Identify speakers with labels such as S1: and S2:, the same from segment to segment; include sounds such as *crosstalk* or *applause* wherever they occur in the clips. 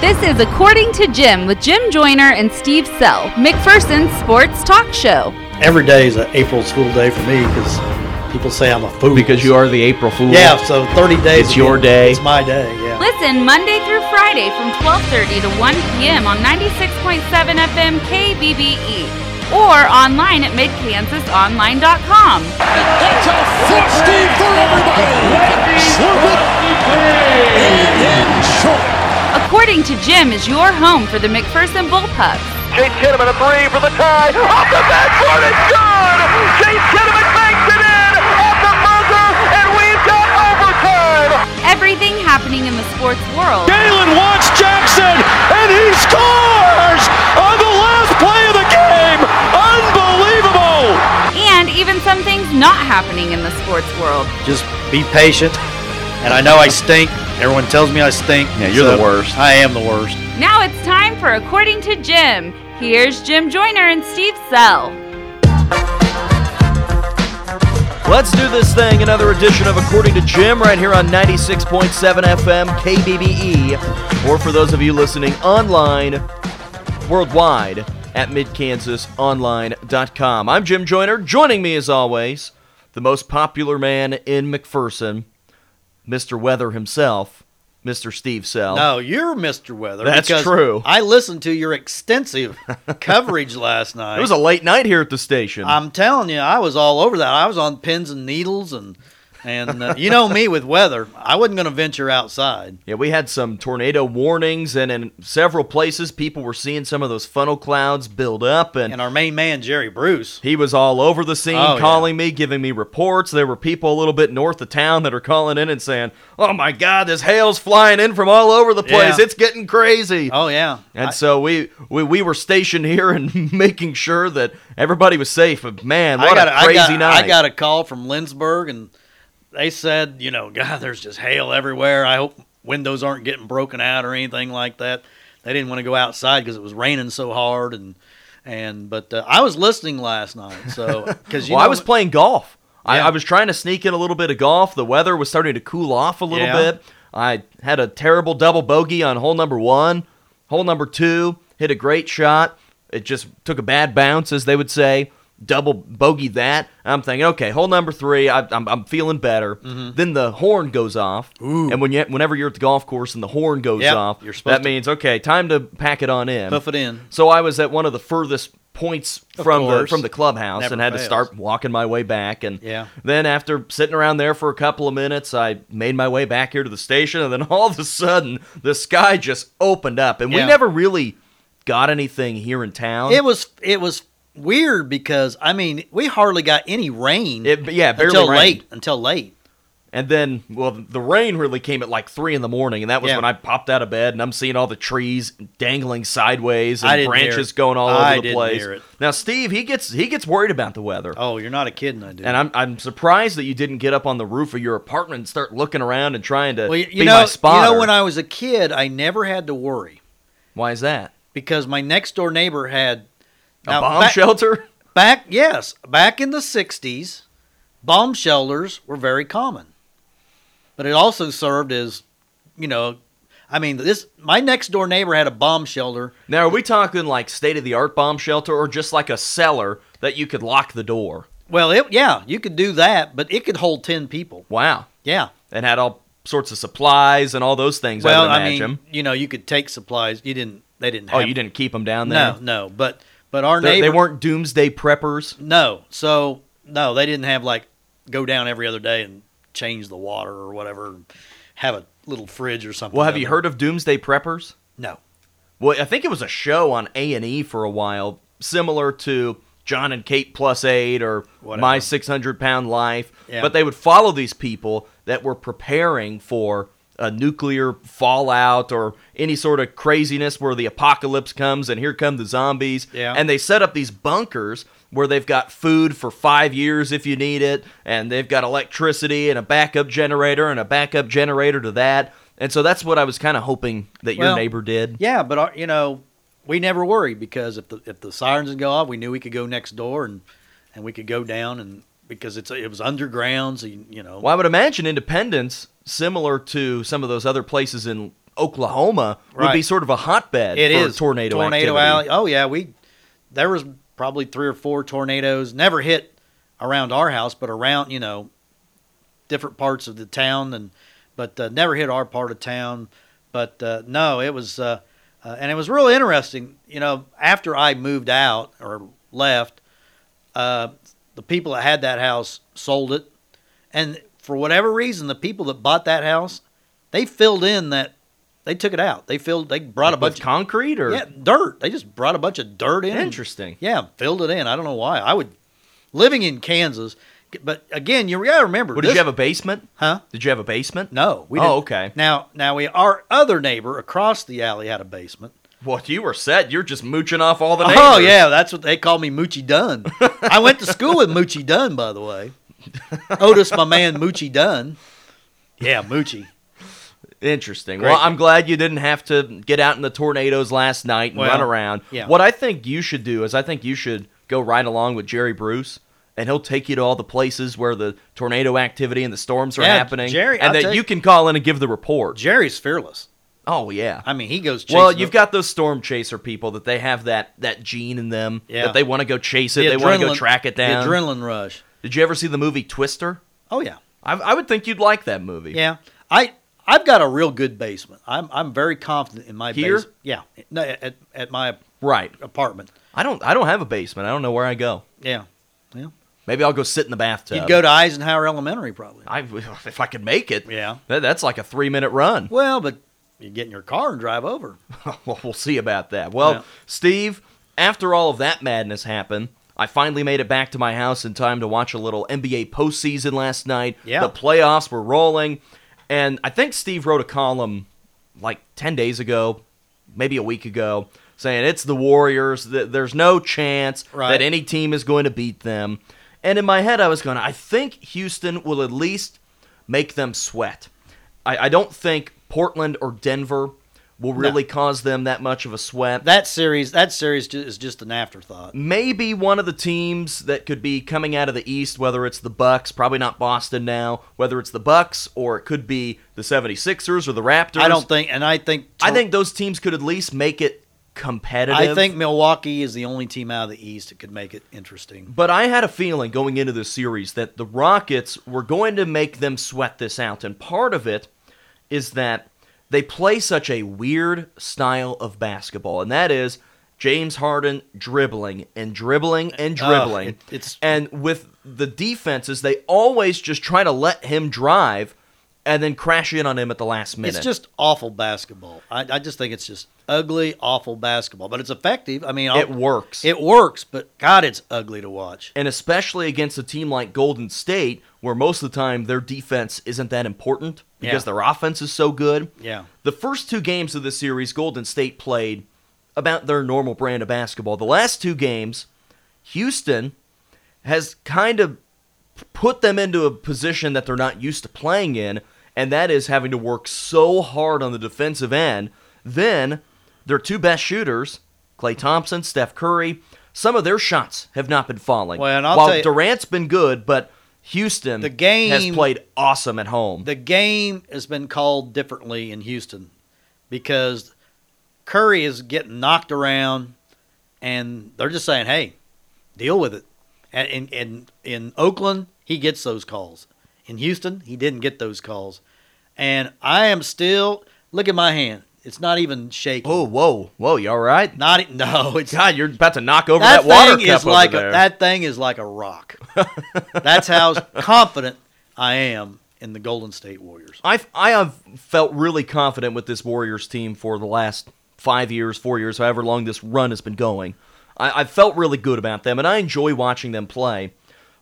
S1: This is According to Jim with Jim Joyner and Steve Sell, McPherson's sports talk show.
S2: Every day is an April Fool Day for me because people say I'm a fool.
S3: Because you are the April Fool.
S2: Yeah, so 30 days.
S3: It's your day.
S2: It's my day, yeah.
S1: Listen Monday through Friday from 12:30 to 1 p.m. on 96.7 FM KBBE E or online at midkansasonline.com.
S4: That's a foot steam for everybody. Slurp it and in short.
S1: According to Jim is your home for the McPherson Bullpups.
S5: Chase Kinnaman a three for the tie. Off the backboard, it's good! Chase Kinnaman banks it in! Off the buzzer, and we've got overtime!
S1: Everything happening in the sports world.
S4: Galen wants Jackson, and he scores on the last play of the game. Unbelievable!
S1: And even some things not happening in the sports world.
S2: Just be patient. And I know I stink. Everyone tells me I stink.
S3: Yeah, you're the worst.
S2: I am the worst.
S1: Now it's time for According to Jim. Here's Jim Joyner and Steve Sell.
S3: Let's do this thing. Another edition of According to Jim right here on 96.7 FM KBBE. E. Or for those of you listening online worldwide at midkansasonline.com. I'm Jim Joyner. Joining me as always, the most popular man in McPherson, Mr. Weather himself, Mr. Steve Sell.
S2: No, Oh, you're Mr. Weather.
S3: That's
S2: because
S3: true.
S2: I listened to your
S3: *laughs*
S2: extensive coverage last night.
S3: It was a late night here at the station.
S2: I'm telling you, I was all over that. I was on pins and needles and and uh, you know me with weather. I wasn't going to venture outside.
S3: Yeah, we had some tornado warnings, and in several places, people were seeing some of those funnel clouds build up. And,
S2: And our main man Jerry Bruce.
S3: he was all over the scene,
S2: Oh, yeah.
S3: calling me, giving me reports. There were people a little bit north of town that are calling in and saying, Oh my God, this hail's flying in from all over the place.
S2: Yeah.
S3: It's getting crazy.
S2: Oh yeah.
S3: And so we, we we were stationed here *laughs* and making sure that everybody was safe. But man, what
S2: got
S3: a crazy
S2: I got,
S3: night!
S2: I got a call from Lindsberg, and they said, you know, *laughs* God, there's just hail everywhere. I hope windows aren't getting broken out or anything like that. They didn't want to go outside because it was raining so hard, and and but uh, I was listening last night,
S3: *laughs*
S2: so because you
S3: well,
S2: know,
S3: I was playing golf. I,
S2: Yeah.
S3: I was trying to sneak in a little bit of golf. The weather was starting to cool off a little
S2: Yeah.
S3: bit. I had a terrible double bogey on hole number one. Hole number two hit a great shot. It just took a bad bounce, as they would say. Double bogey that. I'm thinking, okay, hole number three. I, I'm, I'm feeling better.
S2: Mm-hmm.
S3: Then the horn goes off, and when you whenever you're at the golf course and the horn goes
S2: Yep,
S3: off,
S2: you're supposed
S3: that
S2: to-
S3: means okay, time to pack it on in.
S2: Puff it in.
S3: So I was at one of the furthest points from the
S2: course.
S3: from the clubhouse
S2: Never
S3: and had to
S2: fails.
S3: start walking my way back and
S2: Yeah.
S3: then after sitting around there for a couple of minutes I made my way back here to the station and then *laughs* all of a sudden the sky just opened up and we
S2: Yeah.
S3: never really got anything here in town.
S2: it was it was weird because I mean we hardly got any rain.
S3: It- yeah, barely
S2: until
S3: rained.
S2: late until late.
S3: And then, well, the rain really came at like three in the morning, and that was
S2: Yeah.
S3: when I popped out of bed and I'm seeing all the trees dangling sideways
S2: I
S3: and
S2: didn't hear
S3: branches
S2: it.
S3: going all over
S2: I
S3: the
S2: didn't
S3: place.
S2: hear it.
S3: Now, Steve, he gets he gets worried about the weather.
S2: Oh, you're not a kidding, I do.
S3: And I'm I'm surprised that you didn't get up on the roof of your apartment and start looking around and trying to
S2: well, you,
S3: be
S2: you know,
S3: my spotter.
S2: you know when I was a kid, I never had to worry.
S3: Why is that?
S2: because my next door neighbor had
S3: A
S2: Now,
S3: bomb
S2: back-
S3: shelter? *laughs*
S2: Back yes, back in the '60s, bomb shelters were very common, but it also served as, you know, I mean this. My next door neighbor had a bomb shelter.
S3: Now, are we talking like state of the art bomb shelter, or just like a cellar that you could lock the door?
S2: Well, it yeah, you could do that, but it could hold ten people.
S3: Wow,
S2: Yeah.
S3: and had all sorts of supplies and all those things.
S2: Well,
S3: I would
S2: I
S3: imagine.
S2: mean, you know, you could take supplies. You didn't. They didn't.
S3: oh,
S2: have-
S3: you didn't keep them down there.
S2: No, no. But but our
S3: They-
S2: neighbor
S3: they weren't doomsday preppers.
S2: No. So no, they didn't have like go down every other day and change the water or whatever, and have a little fridge or something.
S3: Well, have
S2: down
S3: you
S2: there.
S3: heard of doomsday preppers?
S2: No.
S3: Well, I think it was a show on A and E for a while, similar to John and Kate Plus Eight or
S2: Whatever.
S3: My Six Hundred Pound Life.
S2: Yeah.
S3: But they would follow these people that were preparing for a nuclear fallout or any sort of craziness where the apocalypse comes and here come the zombies.
S2: Yeah.
S3: And they set up these bunkers where they've got food for five years if you need it, and they've got electricity and a backup generator and a backup generator to that. And so that's what I was kind of hoping that your
S2: Well,
S3: neighbor did.
S2: Yeah, but our, you know, we never worried because if the if the sirens would go off, we knew we could go next door and and we could go down and because it's it was underground, so you, you know.
S3: Well, I would imagine Independence, similar to some of those other places in Oklahoma would be
S2: Right.
S3: sort of a hotbed
S2: It
S3: for
S2: is
S3: tornado activity.
S2: alley. Oh yeah, we there was probably three or four tornadoes. Never hit around our house, but around you know different parts of the town, and but uh, never hit our part of town. But uh, no, it was uh, uh, and it was really interesting. You know, after I moved out or left, uh, the people that had that house sold it, and for whatever reason, the people that bought that house, they filled in that. They took it out. They filled. They brought a
S3: With
S2: bunch. of
S3: concrete or
S2: yeah, dirt. They just brought a bunch of dirt in. and-
S3: Interesting.
S2: yeah, filled it in. I don't know why. I would living in Kansas, but again, you gotta remember.
S3: Well, did
S2: this-
S3: you have a basement?
S2: Huh?
S3: Did you have a basement?
S2: No, we.
S3: Oh,
S2: didn't.
S3: okay.
S2: Now, now we our other neighbor across the alley had a basement.
S3: Well, you were set. You're just mooching off all the neighbors.
S2: Oh yeah, that's what they call me, Moochie Dunn. I went to school with Moochie Dunn, by the
S3: *laughs*
S2: way. Otis, my man, Moochie Dunn. Yeah, Moochie.
S3: Interesting.
S2: Great.
S3: Well, I'm glad you didn't have to get out in the tornadoes last night and
S2: Well,
S3: run around.
S2: yeah.
S3: What I think you should do is I think you should go right along with Jerry Bruce. And he'll take you to all the places where the tornado activity and the storms are
S2: Yeah,
S3: happening,
S2: Jerry,
S3: and
S2: I'll
S3: that
S2: take-
S3: you can call in and give the report.
S2: Jerry's fearless.
S3: Oh yeah.
S2: I mean, he goes. Chasing
S3: Well, you've
S2: the-
S3: got those storm chaser people that they have that that gene in them
S2: Yeah.
S3: that they want to go chase it,
S2: the
S3: they want to go
S2: adrenaline-
S3: track it down.
S2: The adrenaline rush.
S3: Did you ever see the movie Twister?
S2: Oh yeah.
S3: I, I would think you'd like that movie.
S2: Yeah, I I've got a real good basement. I'm I'm very confident in my
S3: Here?
S2: base- Yeah, no, at at my
S3: Right.
S2: apartment.
S3: I don't I don't have a basement. I don't know where I go.
S2: Yeah,
S3: Maybe I'll go sit in the bathtub.
S2: you'd go to Eisenhower Elementary probably.
S3: I *laughs* if I could make it.
S2: Yeah.
S3: That, that's like a three minute run.
S2: Well, but you get in your car and drive over.
S3: *laughs* well, we'll see about that. Well,
S2: Yeah.
S3: Steve, after all of that madness happened, I finally made it back to my house in time to watch a little NBA postseason last night.
S2: Yeah.
S3: The playoffs were rolling. And I think Steve wrote a column like 10 days ago, maybe a week ago, saying it's the Warriors. That there's no chance
S2: Right.
S3: that any team is going to beat them. And in my head, I was going, I think Houston will at least make them sweat. I, I don't think Portland or Denver will really cause them that much of a sweat.
S2: That series that series ju- is just an afterthought.
S3: Maybe one of the teams that could be coming out of the East, whether it's the Bucks, probably not Boston now, whether it's the Bucks or it could be the 76ers or the Raptors.
S2: I don't think, and I think
S3: I think those teams could at least make it competitive.
S2: I think Milwaukee is the only team out of the East that could make it interesting.
S3: But I had a feeling going into this series that the Rockets were going to make them sweat this out. And part of it is that they play such a weird style of basketball, and that is James Harden dribbling and dribbling and
S2: Ugh,
S3: dribbling.
S2: it- it's-
S3: and with the defenses, they always just try to let him drive and then crash in on him at the last minute.
S2: It's just awful basketball. I, I just think it's just ugly, awful basketball. But it's effective. I mean, I'll-
S3: it works.
S2: It works, but God, it's ugly to watch.
S3: and especially against a team like Golden State, where most of the time their defense isn't that important because
S2: Yeah.
S3: their offense is so good.
S2: Yeah.
S3: The first two games of this series, Golden State played about their normal brand of basketball. The last two games, Houston has kind of put them into a position that they're not used to playing in, and that is having to work so hard on the defensive end. Then their two best shooters, Clay Thompson, Steph Curry, some of their shots have not been falling.
S2: Well, and I'll
S3: While
S2: tell you-
S3: Durant's been good, but Houston
S2: The game-
S3: has played awesome at home.
S2: The game has been called differently in Houston because Curry is getting knocked around, and they're just saying, "Hey, deal with it." And in in, in Oakland, he gets those calls. In Houston, he didn't get those calls, and I am still look at my hand. It's not even shaking.
S3: oh, whoa, whoa, you all right?
S2: not e- no. *laughs* It's
S3: God, you're about to knock over
S2: that
S3: that, water
S2: thing
S3: cup
S2: is like
S3: over
S2: a,
S3: there.
S2: that thing is like a
S3: *laughs*
S2: rock. That's how confident I am in the Golden State Warriors.
S3: I've, I have felt really confident with this Warriors team for the last five years, four years, however long this run has been going. I, I've felt really good about them, and I enjoy watching them play.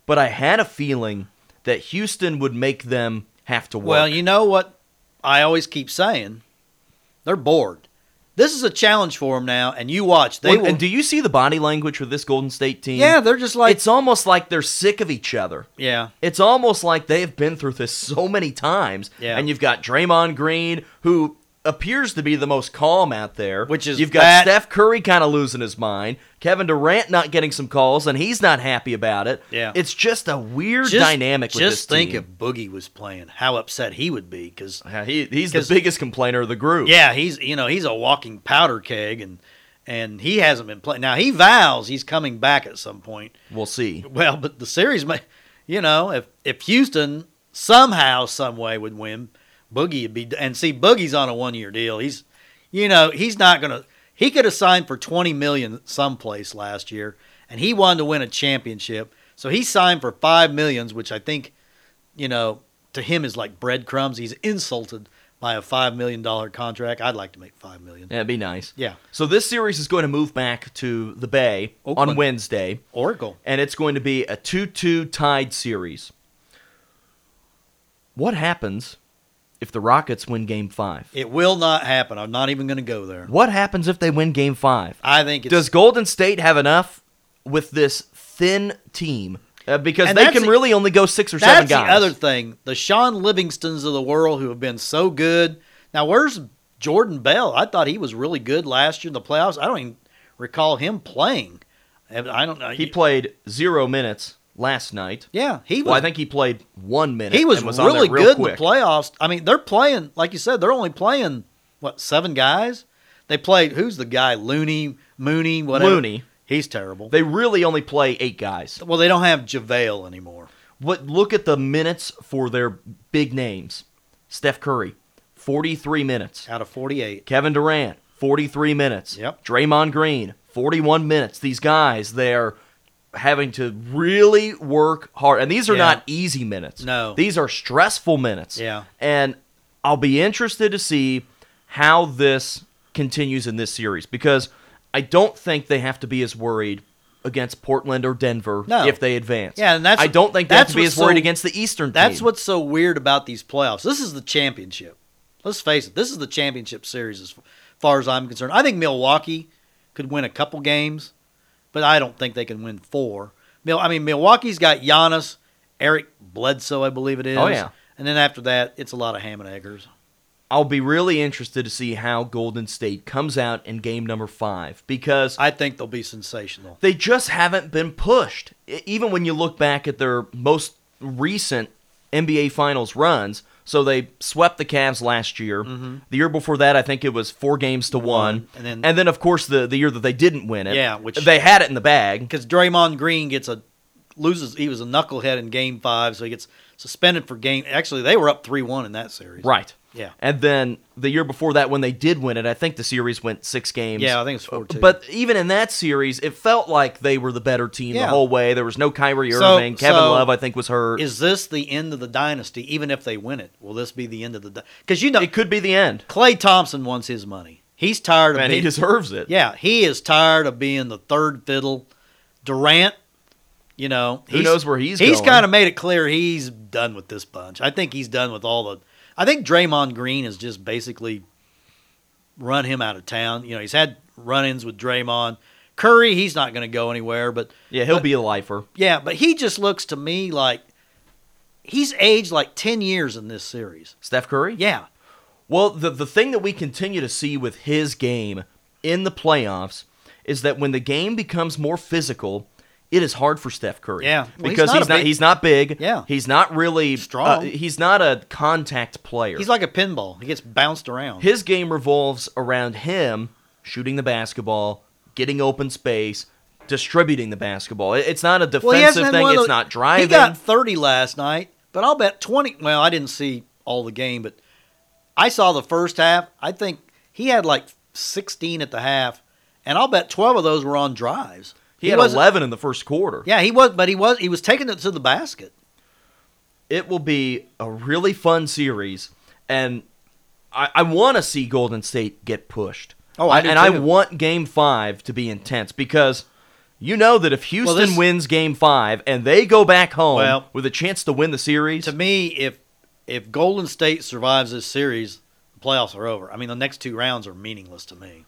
S3: But I had a feeling that Houston would make them have to work.
S2: Well, you know what I always keep saying? They're bored. This is a challenge for them now, and you watch. They
S3: Well,
S2: will.
S3: and do you see the body language for this Golden State team?
S2: yeah, they're just like
S3: it's almost like they're sick of each other.
S2: yeah.
S3: It's *laughs* almost like they have been through this so many times.
S2: Yeah.
S3: And you've got Draymond Green, who appears to be the most calm out there.
S2: Which is
S3: you've got
S2: that-
S3: Steph Curry kind of losing his mind, Kevin Durant not getting some calls, and he's not happy about it.
S2: Yeah.
S3: it's just a weird
S2: Just-
S3: dynamic.
S2: Just
S3: with this
S2: think
S3: team.
S2: if Boogie was playing, how upset he would be because
S3: Yeah, he, he's the
S2: 'Cause-
S3: biggest complainer of the group.
S2: Yeah, he's you know he's a walking powder keg, and and he hasn't been playing. Now he vows he's coming back at some point.
S3: we'll see.
S2: Well, but the series, may, you know, if if Houston somehow, some way would win, Boogie would be. And see, Boogie's on a one year deal. He's, you know, he's not gonna. He could have signed for twenty million someplace last year, and he wanted to win a championship. So he signed for five millions, which I think, you know, to him is like breadcrumbs. He's insulted by a five million dollar contract. I'd like to make five million.
S3: That'd be nice.
S2: Yeah.
S3: So this series is going to move back to the Bay on
S2: Oakland.
S3: Wednesday,
S2: Oracle.
S3: and it's going to be a two-two tied series. What happens if the Rockets win Game Five?
S2: It will not happen. I'm not even gonna go there.
S3: What happens if they win Game Five?
S2: I think it's
S3: Does Golden State have enough with this thin team? Uh, because
S2: And
S3: they
S2: that's
S3: can
S2: the-
S3: really only go six or seven
S2: That's
S3: guys.
S2: the other thing. The Sean Livingstons of the world who have been so good. Now, where's Jordan Bell? I thought he was really good last year in the playoffs. I don't even recall him playing. And I don't know.
S3: he played zero minutes last night.
S2: Yeah, he was.
S3: Well, I think he played one minute.
S2: he was,
S3: and on there
S2: really
S3: real
S2: good in
S3: quick.
S2: the playoffs. I mean, they're playing like you said. They're only playing what seven guys. They played who's the guy? Looney, Mooney, whatever.
S3: Looney.
S2: He's terrible.
S3: They really only play eight guys.
S2: well, they don't have Javale anymore.
S3: What look at the minutes for their big names. Steph Curry, 43 minutes.
S2: Out of forty-eight,
S3: Kevin Durant, 43 minutes.
S2: Yep.
S3: Draymond Green, 41 minutes. These guys, they're having to really work hard. And these are
S2: Yeah.
S3: not easy minutes.
S2: No.
S3: These are stressful minutes.
S2: Yeah.
S3: And I'll be interested to see how this continues in this series because I don't think they have to be as worried against Portland or Denver
S2: No.
S3: if they advance.
S2: Yeah, and that's-
S3: I don't think they have
S2: that's
S3: to be
S2: what's
S3: as worried
S2: so-
S3: against the Eastern
S2: That's
S3: team.
S2: what's so weird about these playoffs. This is the championship. Let's face it. This is the championship series as far as I'm concerned. I think Milwaukee could win a couple games, but I don't think they can win four. Mil- I mean, Milwaukee's got Giannis, Eric Bledsoe, I believe it is.
S3: Oh, yeah.
S2: And then after that, it's a lot of ham and eggers.
S3: I'll be really interested to see how Golden State comes out in game number five because
S2: I think they'll be sensational.
S3: they just haven't been pushed. E- Even when you look back at their most recent NBA Finals runs, so they swept the Cavs last year. The year before that, I think it was four games to one,
S2: Mm-hmm. And then-
S3: and then of course the the year that they didn't win it,
S2: Yeah, which-
S3: they had it in the bag.
S2: Because Draymond Green gets a loses. He was a knucklehead in Game Five, so he gets suspended for game. Actually, they were up three one in that series.
S3: Right.
S2: Yeah.
S3: And then the year before that, when they did win it, I think the series went six games.
S2: Yeah, I think it's four two.
S3: But even in that series, it felt like they were the better team the
S2: Yeah.
S3: whole way. There was no Kyrie
S2: So-
S3: Irving. Kevin
S2: so
S3: Love, I think, was hurt.
S2: is this the end of the dynasty? Even if they win it, will this be the end of the? Because you know,
S3: it could be the end,
S2: Clay Thompson wants his money. He's tired of
S3: and he
S2: being.
S3: deserves it.
S2: yeah, he is tired of being the third fiddle. Durant, you know,
S3: Who knows where he's
S2: He's
S3: going.
S2: kind of made it clear he's done with this bunch. I think he's done with all the. I think Draymond Green has just basically run him out of town. You know, he's had run-ins with Draymond. Curry, he's not going to go anywhere, but
S3: Yeah, he'll be a lifer.
S2: yeah, but he just looks to me like he's aged like 10 years in this series.
S3: Steph Curry?
S2: Yeah.
S3: Well, the, the thing that we continue to see with his game in the playoffs is that when the game becomes more physical, it is hard for Steph Curry.
S2: Yeah. Well, he's
S3: because
S2: not
S3: he's
S2: a
S3: not,
S2: big-
S3: he's not big.
S2: Yeah.
S3: He's not really
S2: Strong.
S3: uh, he's not a contact player.
S2: He's like a pinball. He gets bounced around.
S3: His game revolves around him shooting the basketball, getting open space, distributing the basketball. It- It's not a
S2: he
S3: defensive
S2: hasn't had
S3: thing.
S2: one of
S3: It's
S2: those-
S3: not driving.
S2: He got 30 last night, but I'll bet 20. Well, I didn't see all the game, but I saw the first half. I think he had like 16 at the half, and I'll bet 12 of those were on drives.
S3: he had
S2: wasn't-
S3: 11 in the first quarter.
S2: Yeah, he was, but he was he was taking it to the basket.
S3: it will be a really fun series, and I, I want to see Golden State get pushed.
S2: Oh, I do
S3: and I
S2: too.
S3: want Game Five to be intense because you know that if Houston
S2: this-
S3: wins Game Five and they go back home
S2: Well-
S3: with a chance to win the series,
S2: To me, if if Golden State survives this series, the playoffs are over. I mean, the next two rounds are meaningless to me.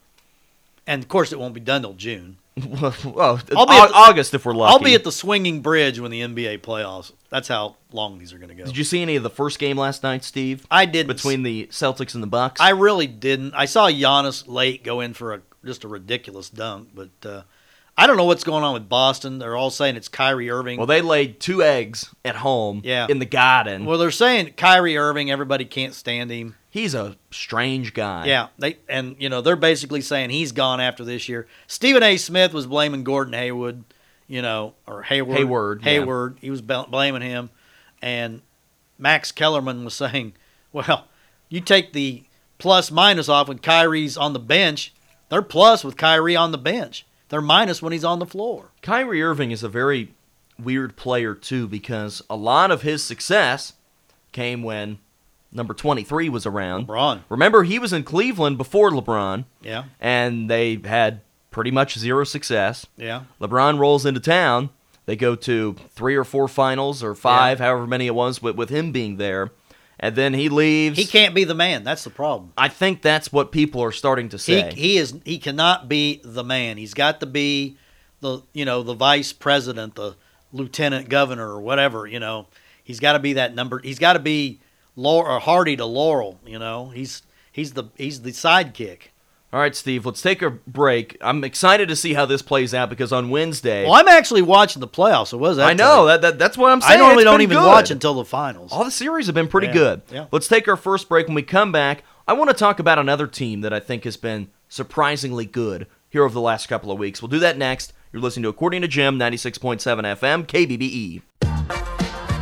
S2: And of course, it won't be done till June.
S3: *laughs* well,
S2: I'll be
S3: Au-
S2: at the-
S3: August if we're lucky.
S2: I'll be at the swinging bridge when the NBA playoffs. That's how long these are going to go.
S3: Did you see any of the first game last night, Steve?
S2: I didn't.
S3: Between the Celtics and the Bucks.
S2: I really didn't. I saw Giannis late go in for a just a ridiculous dunk, but uh, I don't know what's going on with Boston. They're all saying it's Kyrie Irving.
S3: well, they laid two eggs at home.
S2: Yeah.
S3: In the garden.
S2: Well, they're saying Kyrie Irving. Everybody can't stand him.
S3: He's a strange guy.
S2: Yeah, they and you know they're basically saying he's gone after this year. Stephen A. Smith was blaming Gordon Haywood, you know, or Hayward.
S3: Hayward, yeah.
S2: Hayward. He was bl- blaming him, and Max Kellerman was saying, "Well, you take the plus minus off when Kyrie's on the bench. They're plus with Kyrie on the bench. They're minus when he's on the floor."
S3: Kyrie Irving is a very weird player too because a lot of his success came when number 23 was around.
S2: LeBron.
S3: Remember he was in Cleveland before LeBron
S2: Yeah,
S3: and they had pretty much zero success.
S2: yeah.
S3: LeBron rolls into town. They go to three or four finals or five, however many it was, with, with him being there. And then he leaves.
S2: He can't be the man. That's the problem.
S3: I think that's what people are starting to
S2: He,
S3: say.
S2: he is he cannot be the man. He's got to be the you know the vice president, the lieutenant governor, or whatever. You know, he's got to be that number. He's got to be Laurel or Hardy to Laurel. You know, he's he's the he's the sidekick.
S3: All right, Steve, let's take a break. I'm excited to see how this plays out because on Wednesday,
S2: Well, I'm actually watching the playoffs. So what does that?
S3: I
S2: tell
S3: know
S2: you?
S3: that, that that's what I'm saying.
S2: I normally
S3: It's
S2: don't
S3: been
S2: even
S3: good.
S2: watch until the finals.
S3: All the series have been pretty
S2: Yeah,
S3: good.
S2: yeah.
S3: Let's take our first break. When we come back, I want to talk about another team that I think has been surprisingly good here over the last couple of weeks. We'll do that next. You're listening to According to Jim, 96.7 FM, KBBE.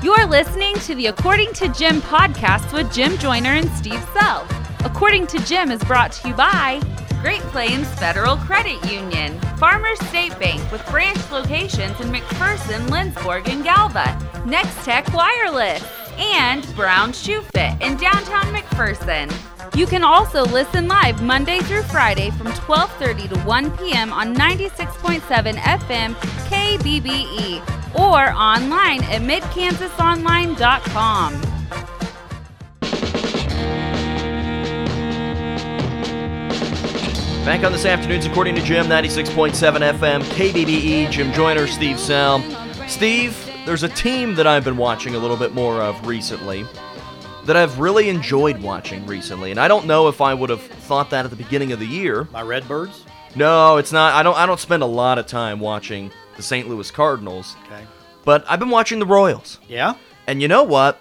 S1: You're listening to the According to Jim podcast with Jim Joyner and Steve Self. According to Jim is brought to you by Great Plains Federal Credit Union, Farmers State Bank with branch locations in McPherson, Lindsborg, and Galva, Next Tech Wireless, and Brown Shoe Fit in downtown McPherson. You can also listen live Monday through Friday from 12:30 to 1 p.m. on 96.7 FM KBBE E or online at midkansasonline.com.
S3: Back on this afternoon's According to Jim, 96.7 FM, KBBE, E. Jim Joyner, Steve Selm. Steve, there's a team that I've been watching a little bit more of recently that I've really enjoyed watching recently, and I don't know if I would have thought that at the beginning of the year.
S2: My Redbirds.
S3: No, it's not. I don't. I don't spend a lot of time watching the St. Louis Cardinals,
S2: Okay.
S3: but I've been watching the Royals.
S2: Yeah.
S3: And you know what?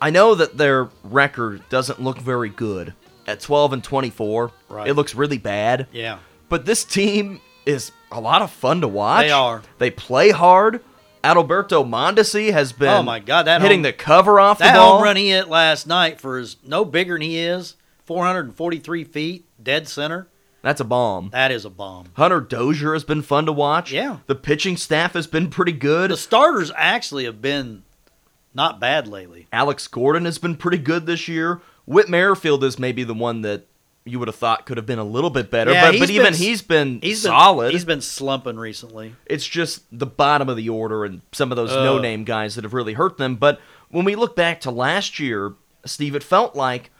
S3: I know that their record doesn't look very good. At 12 and 24,
S2: Right.
S3: it looks really bad.
S2: Yeah.
S3: But this team is a lot of fun to watch.
S2: They are.
S3: They play hard. Adalberto Mondesi has been
S2: Oh my God, that
S3: hitting
S2: home-
S3: the cover off
S2: That
S3: the ball.
S2: home run he hit last night for is no bigger than he is, 443 feet, dead center.
S3: That's a bomb.
S2: That is a bomb.
S3: Hunter Dozier has been fun to watch.
S2: Yeah.
S3: The pitching staff has been pretty good.
S2: The starters actually have been not bad lately.
S3: Alex Gordon has been pretty good this year. Whit Merrifield is maybe the one that you would have thought could have been a little bit better,
S2: Yeah,
S3: but, but
S2: he's
S3: even
S2: been-
S3: he's been
S2: He's been
S3: solid.
S2: He's been slumping recently.
S3: it's just the bottom of the order and some of those
S2: Ugh.
S3: no name guys that have really hurt them. But when we look back to last year, Steve, it felt like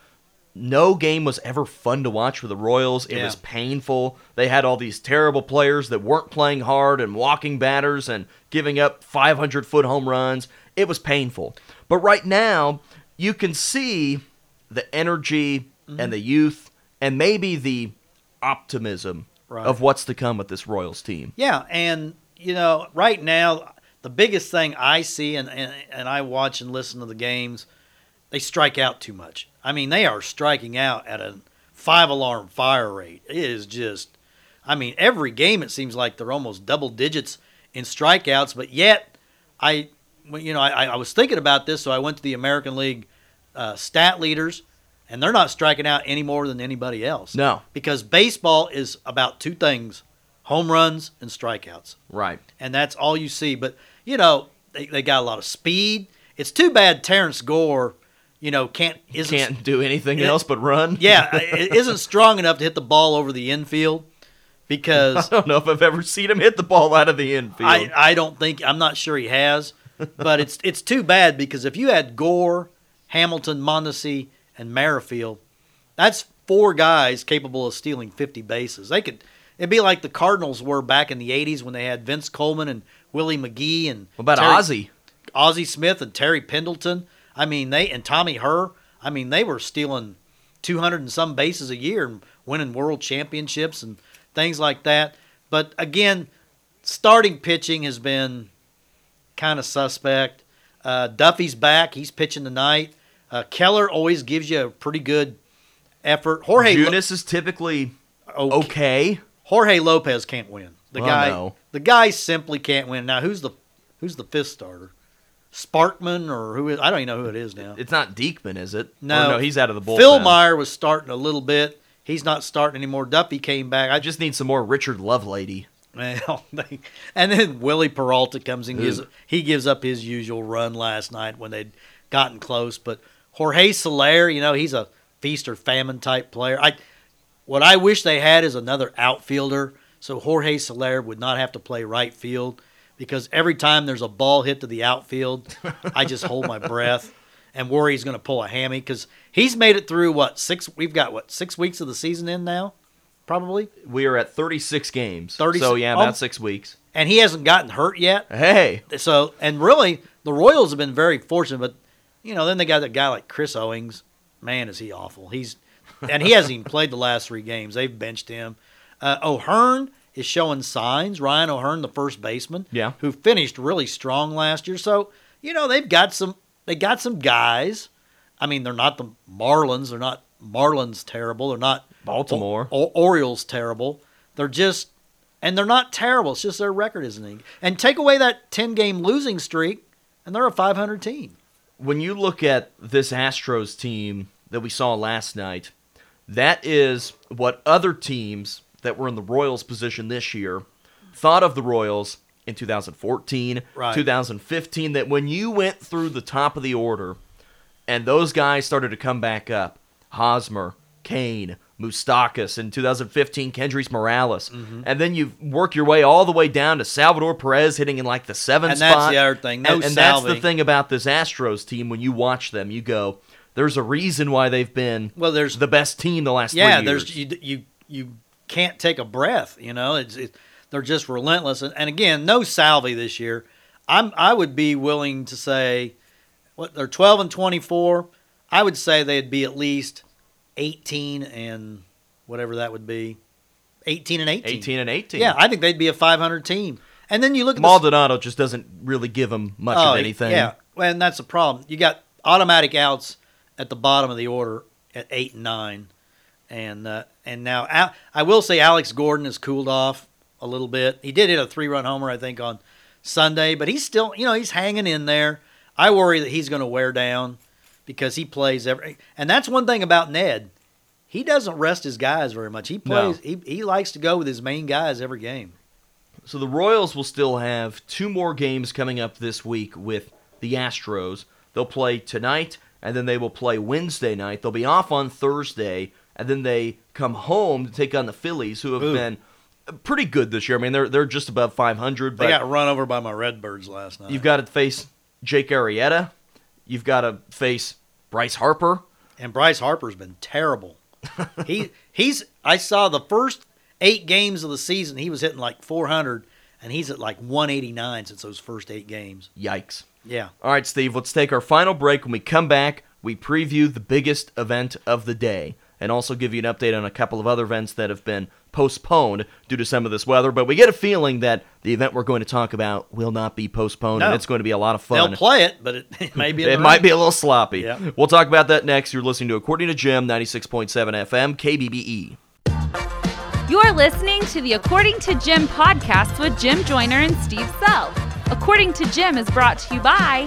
S3: no game was ever fun to watch for the Royals. It
S2: Yeah.
S3: was painful. They had all these terrible players that weren't playing hard and walking batters and giving up 500 foot home runs. It was painful. But right now, you can see the energy
S2: Mm-hmm.
S3: and the youth and maybe the optimism
S2: Right.
S3: of what's to come with this Royals team.
S2: Yeah, and you know, right now the biggest thing I see and, and and I watch and listen to the games, they strike out too much. I mean, they are striking out at a five alarm fire rate. It is just I mean, every game it seems like they're almost double digits in strikeouts, but yet I well, you know, I, I was thinking about this, so I went to the American League uh, stat leaders, and they're not striking out any more than anybody else.
S3: No.
S2: Because baseball is about two things home runs and strikeouts.
S3: Right.
S2: And that's all you see. But, you know, they, they got a lot of speed. It's too bad Terrence Gore, you know, can't. Isn't,
S3: can't do anything
S2: Yeah.
S3: else but run. *laughs*
S2: Yeah, i- isn't strong enough to hit the ball over the infield
S3: I *laughs*
S2: because
S3: don't know if I've ever seen him hit the ball out of the infield.
S2: I, I don't think I'm not sure he has, but it's it's too bad because if you had Gore, Hamilton, Mondesi, and Merrifield, that's four guys capable of stealing 50 bases. They could It'd be like the Cardinals were back in the '80s when they had Vince Coleman and Willie McGee and
S3: What about
S2: Terry-
S3: Ozzy?
S2: Ozzie Smith and Terry Pendleton. I mean, they and Tommy Herr. I mean, they were stealing 200 and some bases a year and winning world championships and things like that. But again, starting pitching has been kind of suspect. Uh, Duffy's back. He's pitching tonight. Uh, Keller always gives you a pretty good effort. Jorge Lo-
S3: Junis is typically
S2: okay.
S3: okay.
S2: Jorge Lopez can't win. The
S3: Well,
S2: guy,
S3: no.
S2: the guy simply can't win. Now, who's the who's the fifth starter? Sparkman or who is? I don't even know who it is now.
S3: It's not Deekman, is it? Or
S2: no,
S3: no, he's out of the bullpen.
S2: Phil Meyer was starting a little bit. He's not starting anymore. Duffy came back. I
S3: I just need some more Richard Lovelady.
S2: well, *laughs* they- and then Willie Peralta comes in. Gives,
S3: Ooh.
S2: he gives up his usual run last night when they'd gotten close. But Jorge Soler, you know, he's a feast or famine type player. I what I wish they had is another outfielder, so Jorge Soler would not have to play right field because every time there's a ball hit to the outfield, I just hold my breath *laughs* and worry he's going to pull a hammy because he's made it through what six? We've got what six weeks of the season in now, probably,
S3: We are at 36 games.
S2: 36
S3: so, yeah, about
S2: um,
S3: six weeks.
S2: and he hasn't gotten hurt yet.
S3: Hey,
S2: so and really the Royals have been very fortunate, but you know then they got a guy like Chris Owings. Man, is he awful? He's and he hasn't even *laughs* played the last three games. They've benched him. Uh, O'Hearn is showing signs. Ryan O'Hearn, the first baseman,
S3: Yeah.
S2: who finished really strong last year. So you know they've got some they got some guys. I mean they're not the Marlins. They're not Marlins terrible. They're not
S3: Baltimore.
S2: O- Orioles terrible. They're just, and they're not terrible. It's just their record isn't any. And take away that 10 game losing streak, and they're a 500 team.
S3: when you look at this Astros team that we saw last night, that is what other teams that were in the Royals position this year thought of the Royals in 2014,
S2: Right.
S3: 2015. That when you went through the top of the order and those guys started to come back up, Hosmer, Kane, Mustakas in 2015, Kendrys Morales,
S2: Mm-hmm.
S3: and then you work your way all the way down to Salvador Perez hitting in like the seventh
S2: And that's
S3: spot.
S2: the other thing, no
S3: and, and that's the
S2: Salvi.
S3: thing about this Astros team. When you watch them, you go, "There's a reason why they've been
S2: Well, there's
S3: the best team the last
S2: yeah,
S3: three years."
S2: there's you you you can't take a breath. You know, it's it, they're just relentless. And, and again, no Salvi this year. I'm I would be willing to say, what they're 12 and 24. I would say they'd be at least 18 and whatever that would be, 18 and 18.
S3: 18 and 18.
S2: Yeah, I think they'd be a 500 team. And then you look at the-
S3: Maldonado just doesn't really give them much
S2: Oh,
S3: of anything.
S2: Yeah, well, and that's the problem. You got automatic outs at the bottom of the order at eight and nine, and uh, and now Al- I will say Alex Gordon has cooled off a little bit. He did hit a three run homer, I think, on Sunday, but he's still you know he's hanging in there. I worry that he's going to wear down because he plays every, and that's one thing about Ned. He doesn't rest his guys very much. He
S3: No.
S2: plays. He, he likes to go with his main guys every game.
S3: So the Royals will still have two more games coming up this week with the Astros. They'll play tonight and then they will play Wednesday night. They'll be off on Thursday and then they come home to take on the Phillies who have
S2: Ooh.
S3: been pretty good this year. I mean, they're they're just above 500,
S2: They
S3: but
S2: got run over by my Redbirds last night.
S3: you've got to face Jake Arrieta. You've got to face Bryce Harper.
S2: and Bryce Harper's been
S3: *laughs*
S2: terrible. he he's I saw the first eight games of the season he was hitting like 400, and he's at like 189 since those first eight games.
S3: Yikes.
S2: Yeah,
S3: All right, Steve, let's take our final break. When we come back, we preview the biggest event of the day and also give you an update on a couple of other events that have been postponed due to some of this weather. But we get a feeling that the event we're going to talk about will not be postponed and
S2: No.
S3: it's going to be a lot of
S2: they'll
S3: fun.
S2: play it, but it, *laughs* it may be in
S3: it
S2: the
S3: might
S2: rain.
S3: be a little sloppy.
S2: Yeah.
S3: We'll talk about that next. You're listening to According to Jim, 96.7 FM, KBBE.
S1: You're listening to the According to Jim podcast with Jim Joyner and Steve Self. According to Jim is brought to you by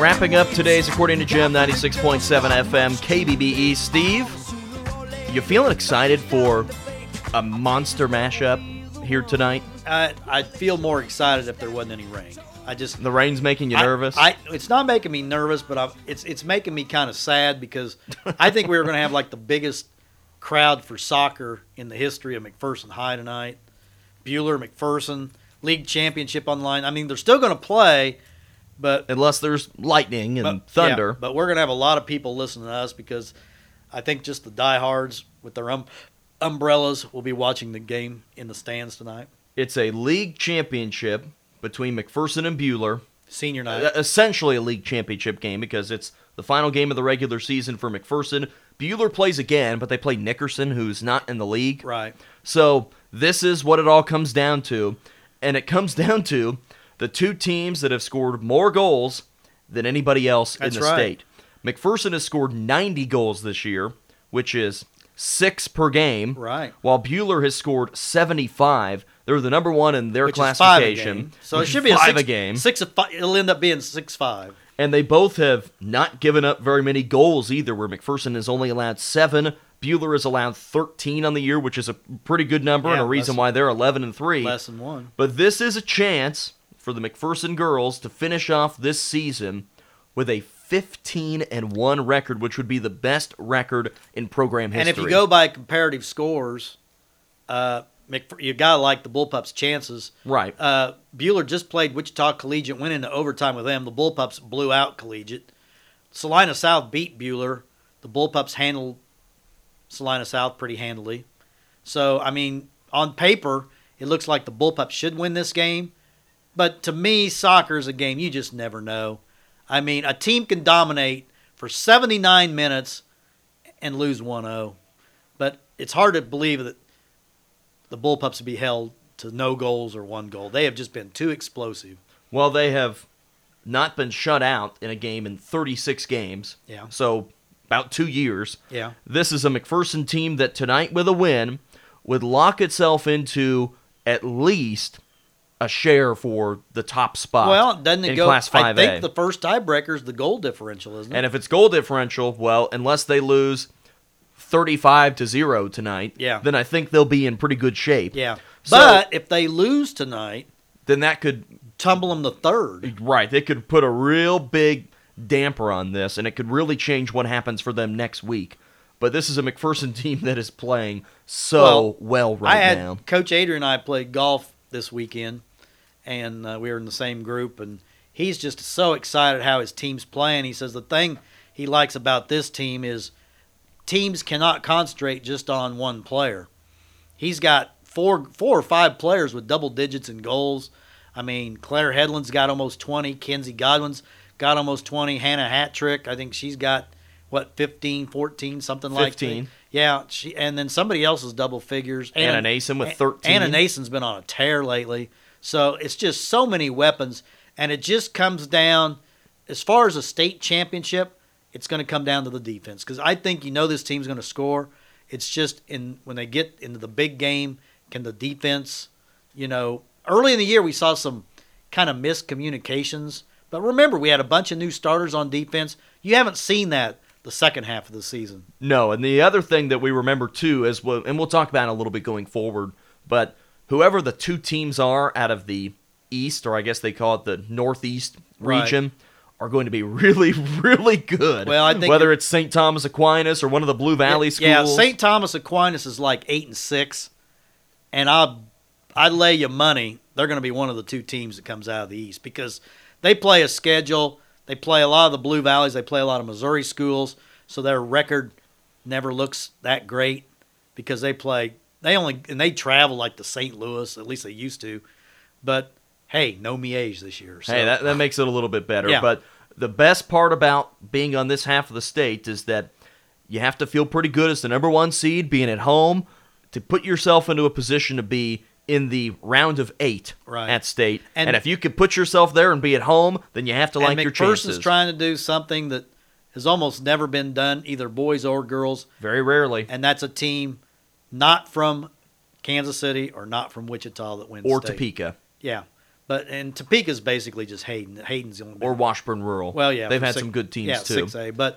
S3: Wrapping up today's According to Jim 96.7 FM KBBE. Steve, you feeling excited for a monster mashup here tonight?
S2: I, I'd feel more excited if there wasn't any rain. I just
S3: The rain's making you
S2: I-
S3: nervous.
S2: I, it's not making me nervous, but I'm, it's it's making me kind of sad because
S3: *laughs*
S2: I think we were going to have like the biggest crowd for soccer in the history of McPherson High tonight. Bueller, McPherson, league championship online. I mean, they're still going to play, but
S3: unless there's lightning and
S2: but-
S3: thunder.
S2: yeah, but we're gonna have a lot of people listening to us because I think just the diehards with their um, umbrellas will be watching the game in the stands tonight.
S3: it's a league championship between McPherson and Bueller.
S2: Senior night.
S3: Uh, essentially a league championship game because it's the final game of the regular season for McPherson. Bueller plays again, but they play Nickerson, who's not in the league.
S2: right.
S3: So this is what it all comes down to, and it comes *laughs* down to the two teams that have scored more goals than anybody else
S2: That's
S3: in the
S2: right.
S3: state. McPherson has scored 90 goals this year, which is six per game.
S2: Right.
S3: While Bueller has scored 75. They're the number one in their
S2: Which is five a
S3: classification.
S2: game. So it
S3: which is
S2: should be a
S3: five
S2: six,
S3: a game
S2: Six of five. It'll end up being six five.
S3: and they both have not given up very many goals either. Where McPherson is only allowed seven, Bueller is allowed thirteen on the year, which is a pretty good number and
S2: Yeah,
S3: a reason
S2: less-
S3: why they're eleven and three.
S2: Less than one.
S3: But this is a chance for the McPherson girls to finish off this season with a fifteen and one record, which would be the best record in program history.
S2: And if you go by comparative scores, uh, McPher- you gotta like the Bullpups' chances.
S3: right,
S2: Uh, Bueller just played Wichita Collegiate, went into overtime with them. The Bullpups blew out Collegiate. Salina South beat Bueller. The Bullpups handled Salina South pretty handily. So, I mean, on paper, it looks like the Bullpups should win this game. But to me, soccer is a game you just never know. I mean, a team can dominate for 79 minutes and lose 1 0. But it's hard to believe that the Bullpups would be held to no goals or one goal. They have just been too explosive.
S3: Well, they have not been shut out in a game in 36 games.
S2: Yeah.
S3: So about two years.
S2: Yeah.
S3: This is a McPherson team that tonight, with a win, would lock itself into at least a share for the top spot.
S2: Well, doesn't it
S3: Uh, in
S2: go?
S3: Class 5A.
S2: I think the first tiebreaker is the goal differential, isn't it?
S3: and if it's goal differential, well, unless they lose 35 to zero tonight,
S2: Yeah.
S3: then I think they'll be in pretty good shape.
S2: yeah.
S3: So-
S2: but if they lose tonight,
S3: Then that could
S2: tumble them to third.
S3: Right. It could put a real big damper on this, and it could really change what happens for them next week. But this is a McPherson *laughs* team that is playing so well, right
S2: I had
S3: now.
S2: Coach Adrian and I played golf this weekend, and uh, we were in the same group, and he's just so excited how his team's playing. He says the thing he likes about this team is teams cannot concentrate just on one player. He's got four, four or five players with double digits in goals. I mean, Claire Headland's got almost 20. Kenzie Godwin's got almost 20. Hannah Hattrick, I think she's got, what, 15, 14, something like that.
S3: 15.
S2: Yeah, she, and then somebody else is double figures.
S3: Anna Nason with
S2: An-
S3: 13.
S2: Anna Nason's been on a tear lately. So it's just so many weapons. And it just comes down, as far as a state championship, it's going to come down to the defense. Because I think you know this team's going to score. It's just in when they get into the big game, can the defense, you know, early in the year we saw some kind of miscommunications. But remember, we had a bunch of new starters on defense. You haven't seen that the second half of the season.
S3: No, and the other thing that we remember too is, well, and we'll talk about it a little bit going forward, but whoever the two teams are out of the East, or I guess they call it the Northeast
S2: Right.
S3: region, are going to be *laughs* really, really good.
S2: Well, I think-
S3: whether it's St. Thomas Aquinas or one of the Blue Valley schools.
S2: Yeah, St. Thomas Aquinas is like eight and six, and I I lay you money they're going to be one of the two teams that comes out of the East because they play a schedule. They play a lot of the Blue Valleys. They play a lot of Missouri schools, so their record never looks that great because they play they only and they travel like to St. Louis. At least they used to, but. Hey, no Miege this year. So. uh,
S3: Hey, that, that makes it a little bit better.
S2: Yeah.
S3: But the best part about being on this half of the state is that you have to feel pretty good as the number one seed, being at home, to put yourself into a position to be in the round of eight
S2: Right.
S3: at state. And,
S2: And-
S3: if you can put yourself there and be at home, then you have to like
S2: and
S3: your
S2: McPherson's
S3: chances.
S2: trying to do something that has almost never been done, either boys or girls.
S3: Very rarely.
S2: and that's a team not from Kansas City or not from Wichita that wins.
S3: or
S2: state.
S3: Topeka.
S2: Yeah, but and Topeka's basically just Hayden. Hayden's the only.
S3: Or Washburn Rural.
S2: well, yeah,
S3: They've
S2: for
S3: had
S2: six-
S3: some good teams,
S2: yeah,
S3: too.
S2: Six A, but uh,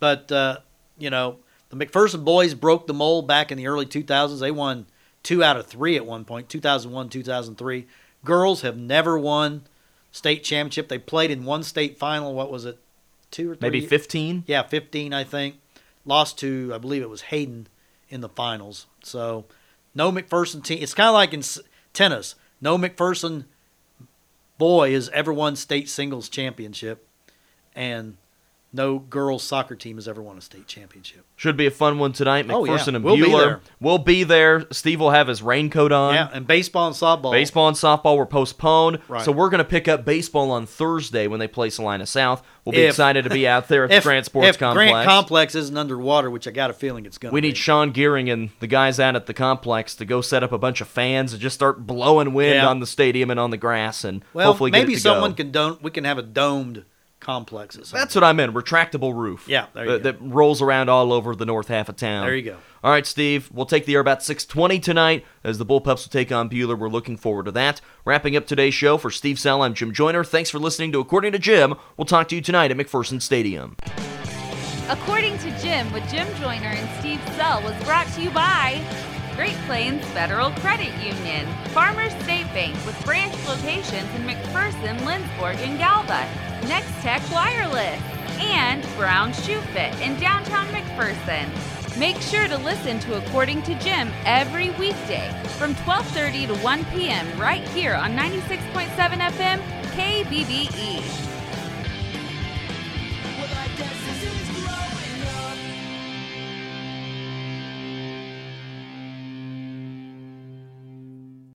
S2: but uh, you know the McPherson boys broke the mold back in the early 2000s. They won two out of three at one point 2001, 2003. Girls have never won state championship. They played in one state final. What was it? Two or three?
S3: Maybe
S2: years?
S3: 15?
S2: Yeah, 15, I think. Lost to, I believe it was Hayden in the finals. So, no McPherson team. It's kind of like in s- tennis. No McPherson boy has ever won state singles championship, and no girls soccer team has ever won a state championship.
S3: Should be a fun one tonight. McPherson
S2: Oh, yeah.
S3: and
S2: We'll be
S3: Bueller.
S2: there.
S3: We'll be there. Steve will have his raincoat on.
S2: yeah, and baseball and softball.
S3: Um, Baseball and softball were postponed,
S2: Right.
S3: so we're going to pick up baseball on Thursday when they play Salina South. We'll be
S2: If-
S3: excited to be out there at
S2: *laughs*
S3: the
S2: If,
S3: Grant Sports
S2: if
S3: Complex.
S2: Grant Complex isn't underwater, which I got a feeling it's going to
S3: we need Sean Gearing and the guys out at the complex to go set up a bunch of fans and just start blowing wind
S2: Yeah.
S3: on the stadium and on the grass, and
S2: well,
S3: hopefully get it
S2: maybe
S3: to
S2: someone
S3: go.
S2: can don- We can have a domed complex. Or something.
S3: That's what I meant. Retractable roof.
S2: Yeah, there you
S3: that,
S2: go.
S3: that rolls around all over the north half of town.
S2: There you go.
S3: All right, Steve. We'll take the air about 6:20 tonight as the Bullpups will take on Bueller. We're looking forward to that. Wrapping up today's show for Steve Sell. I'm Jim Joyner. Thanks for listening to According to Jim. We'll talk to you tonight at McPherson Stadium.
S1: According to Jim, with Jim Joyner and Steve Sell, was brought to you by Great Plains Federal Credit Union, Farmers State Bank with branch locations in McPherson, Lindsborg, and Galva, Next Tech Wireless, and Brown Shoe Fit in downtown McPherson. Make sure to listen to According to Jim every weekday from 12:30 to 1 p.m. right here on 96.7 FM KBBE.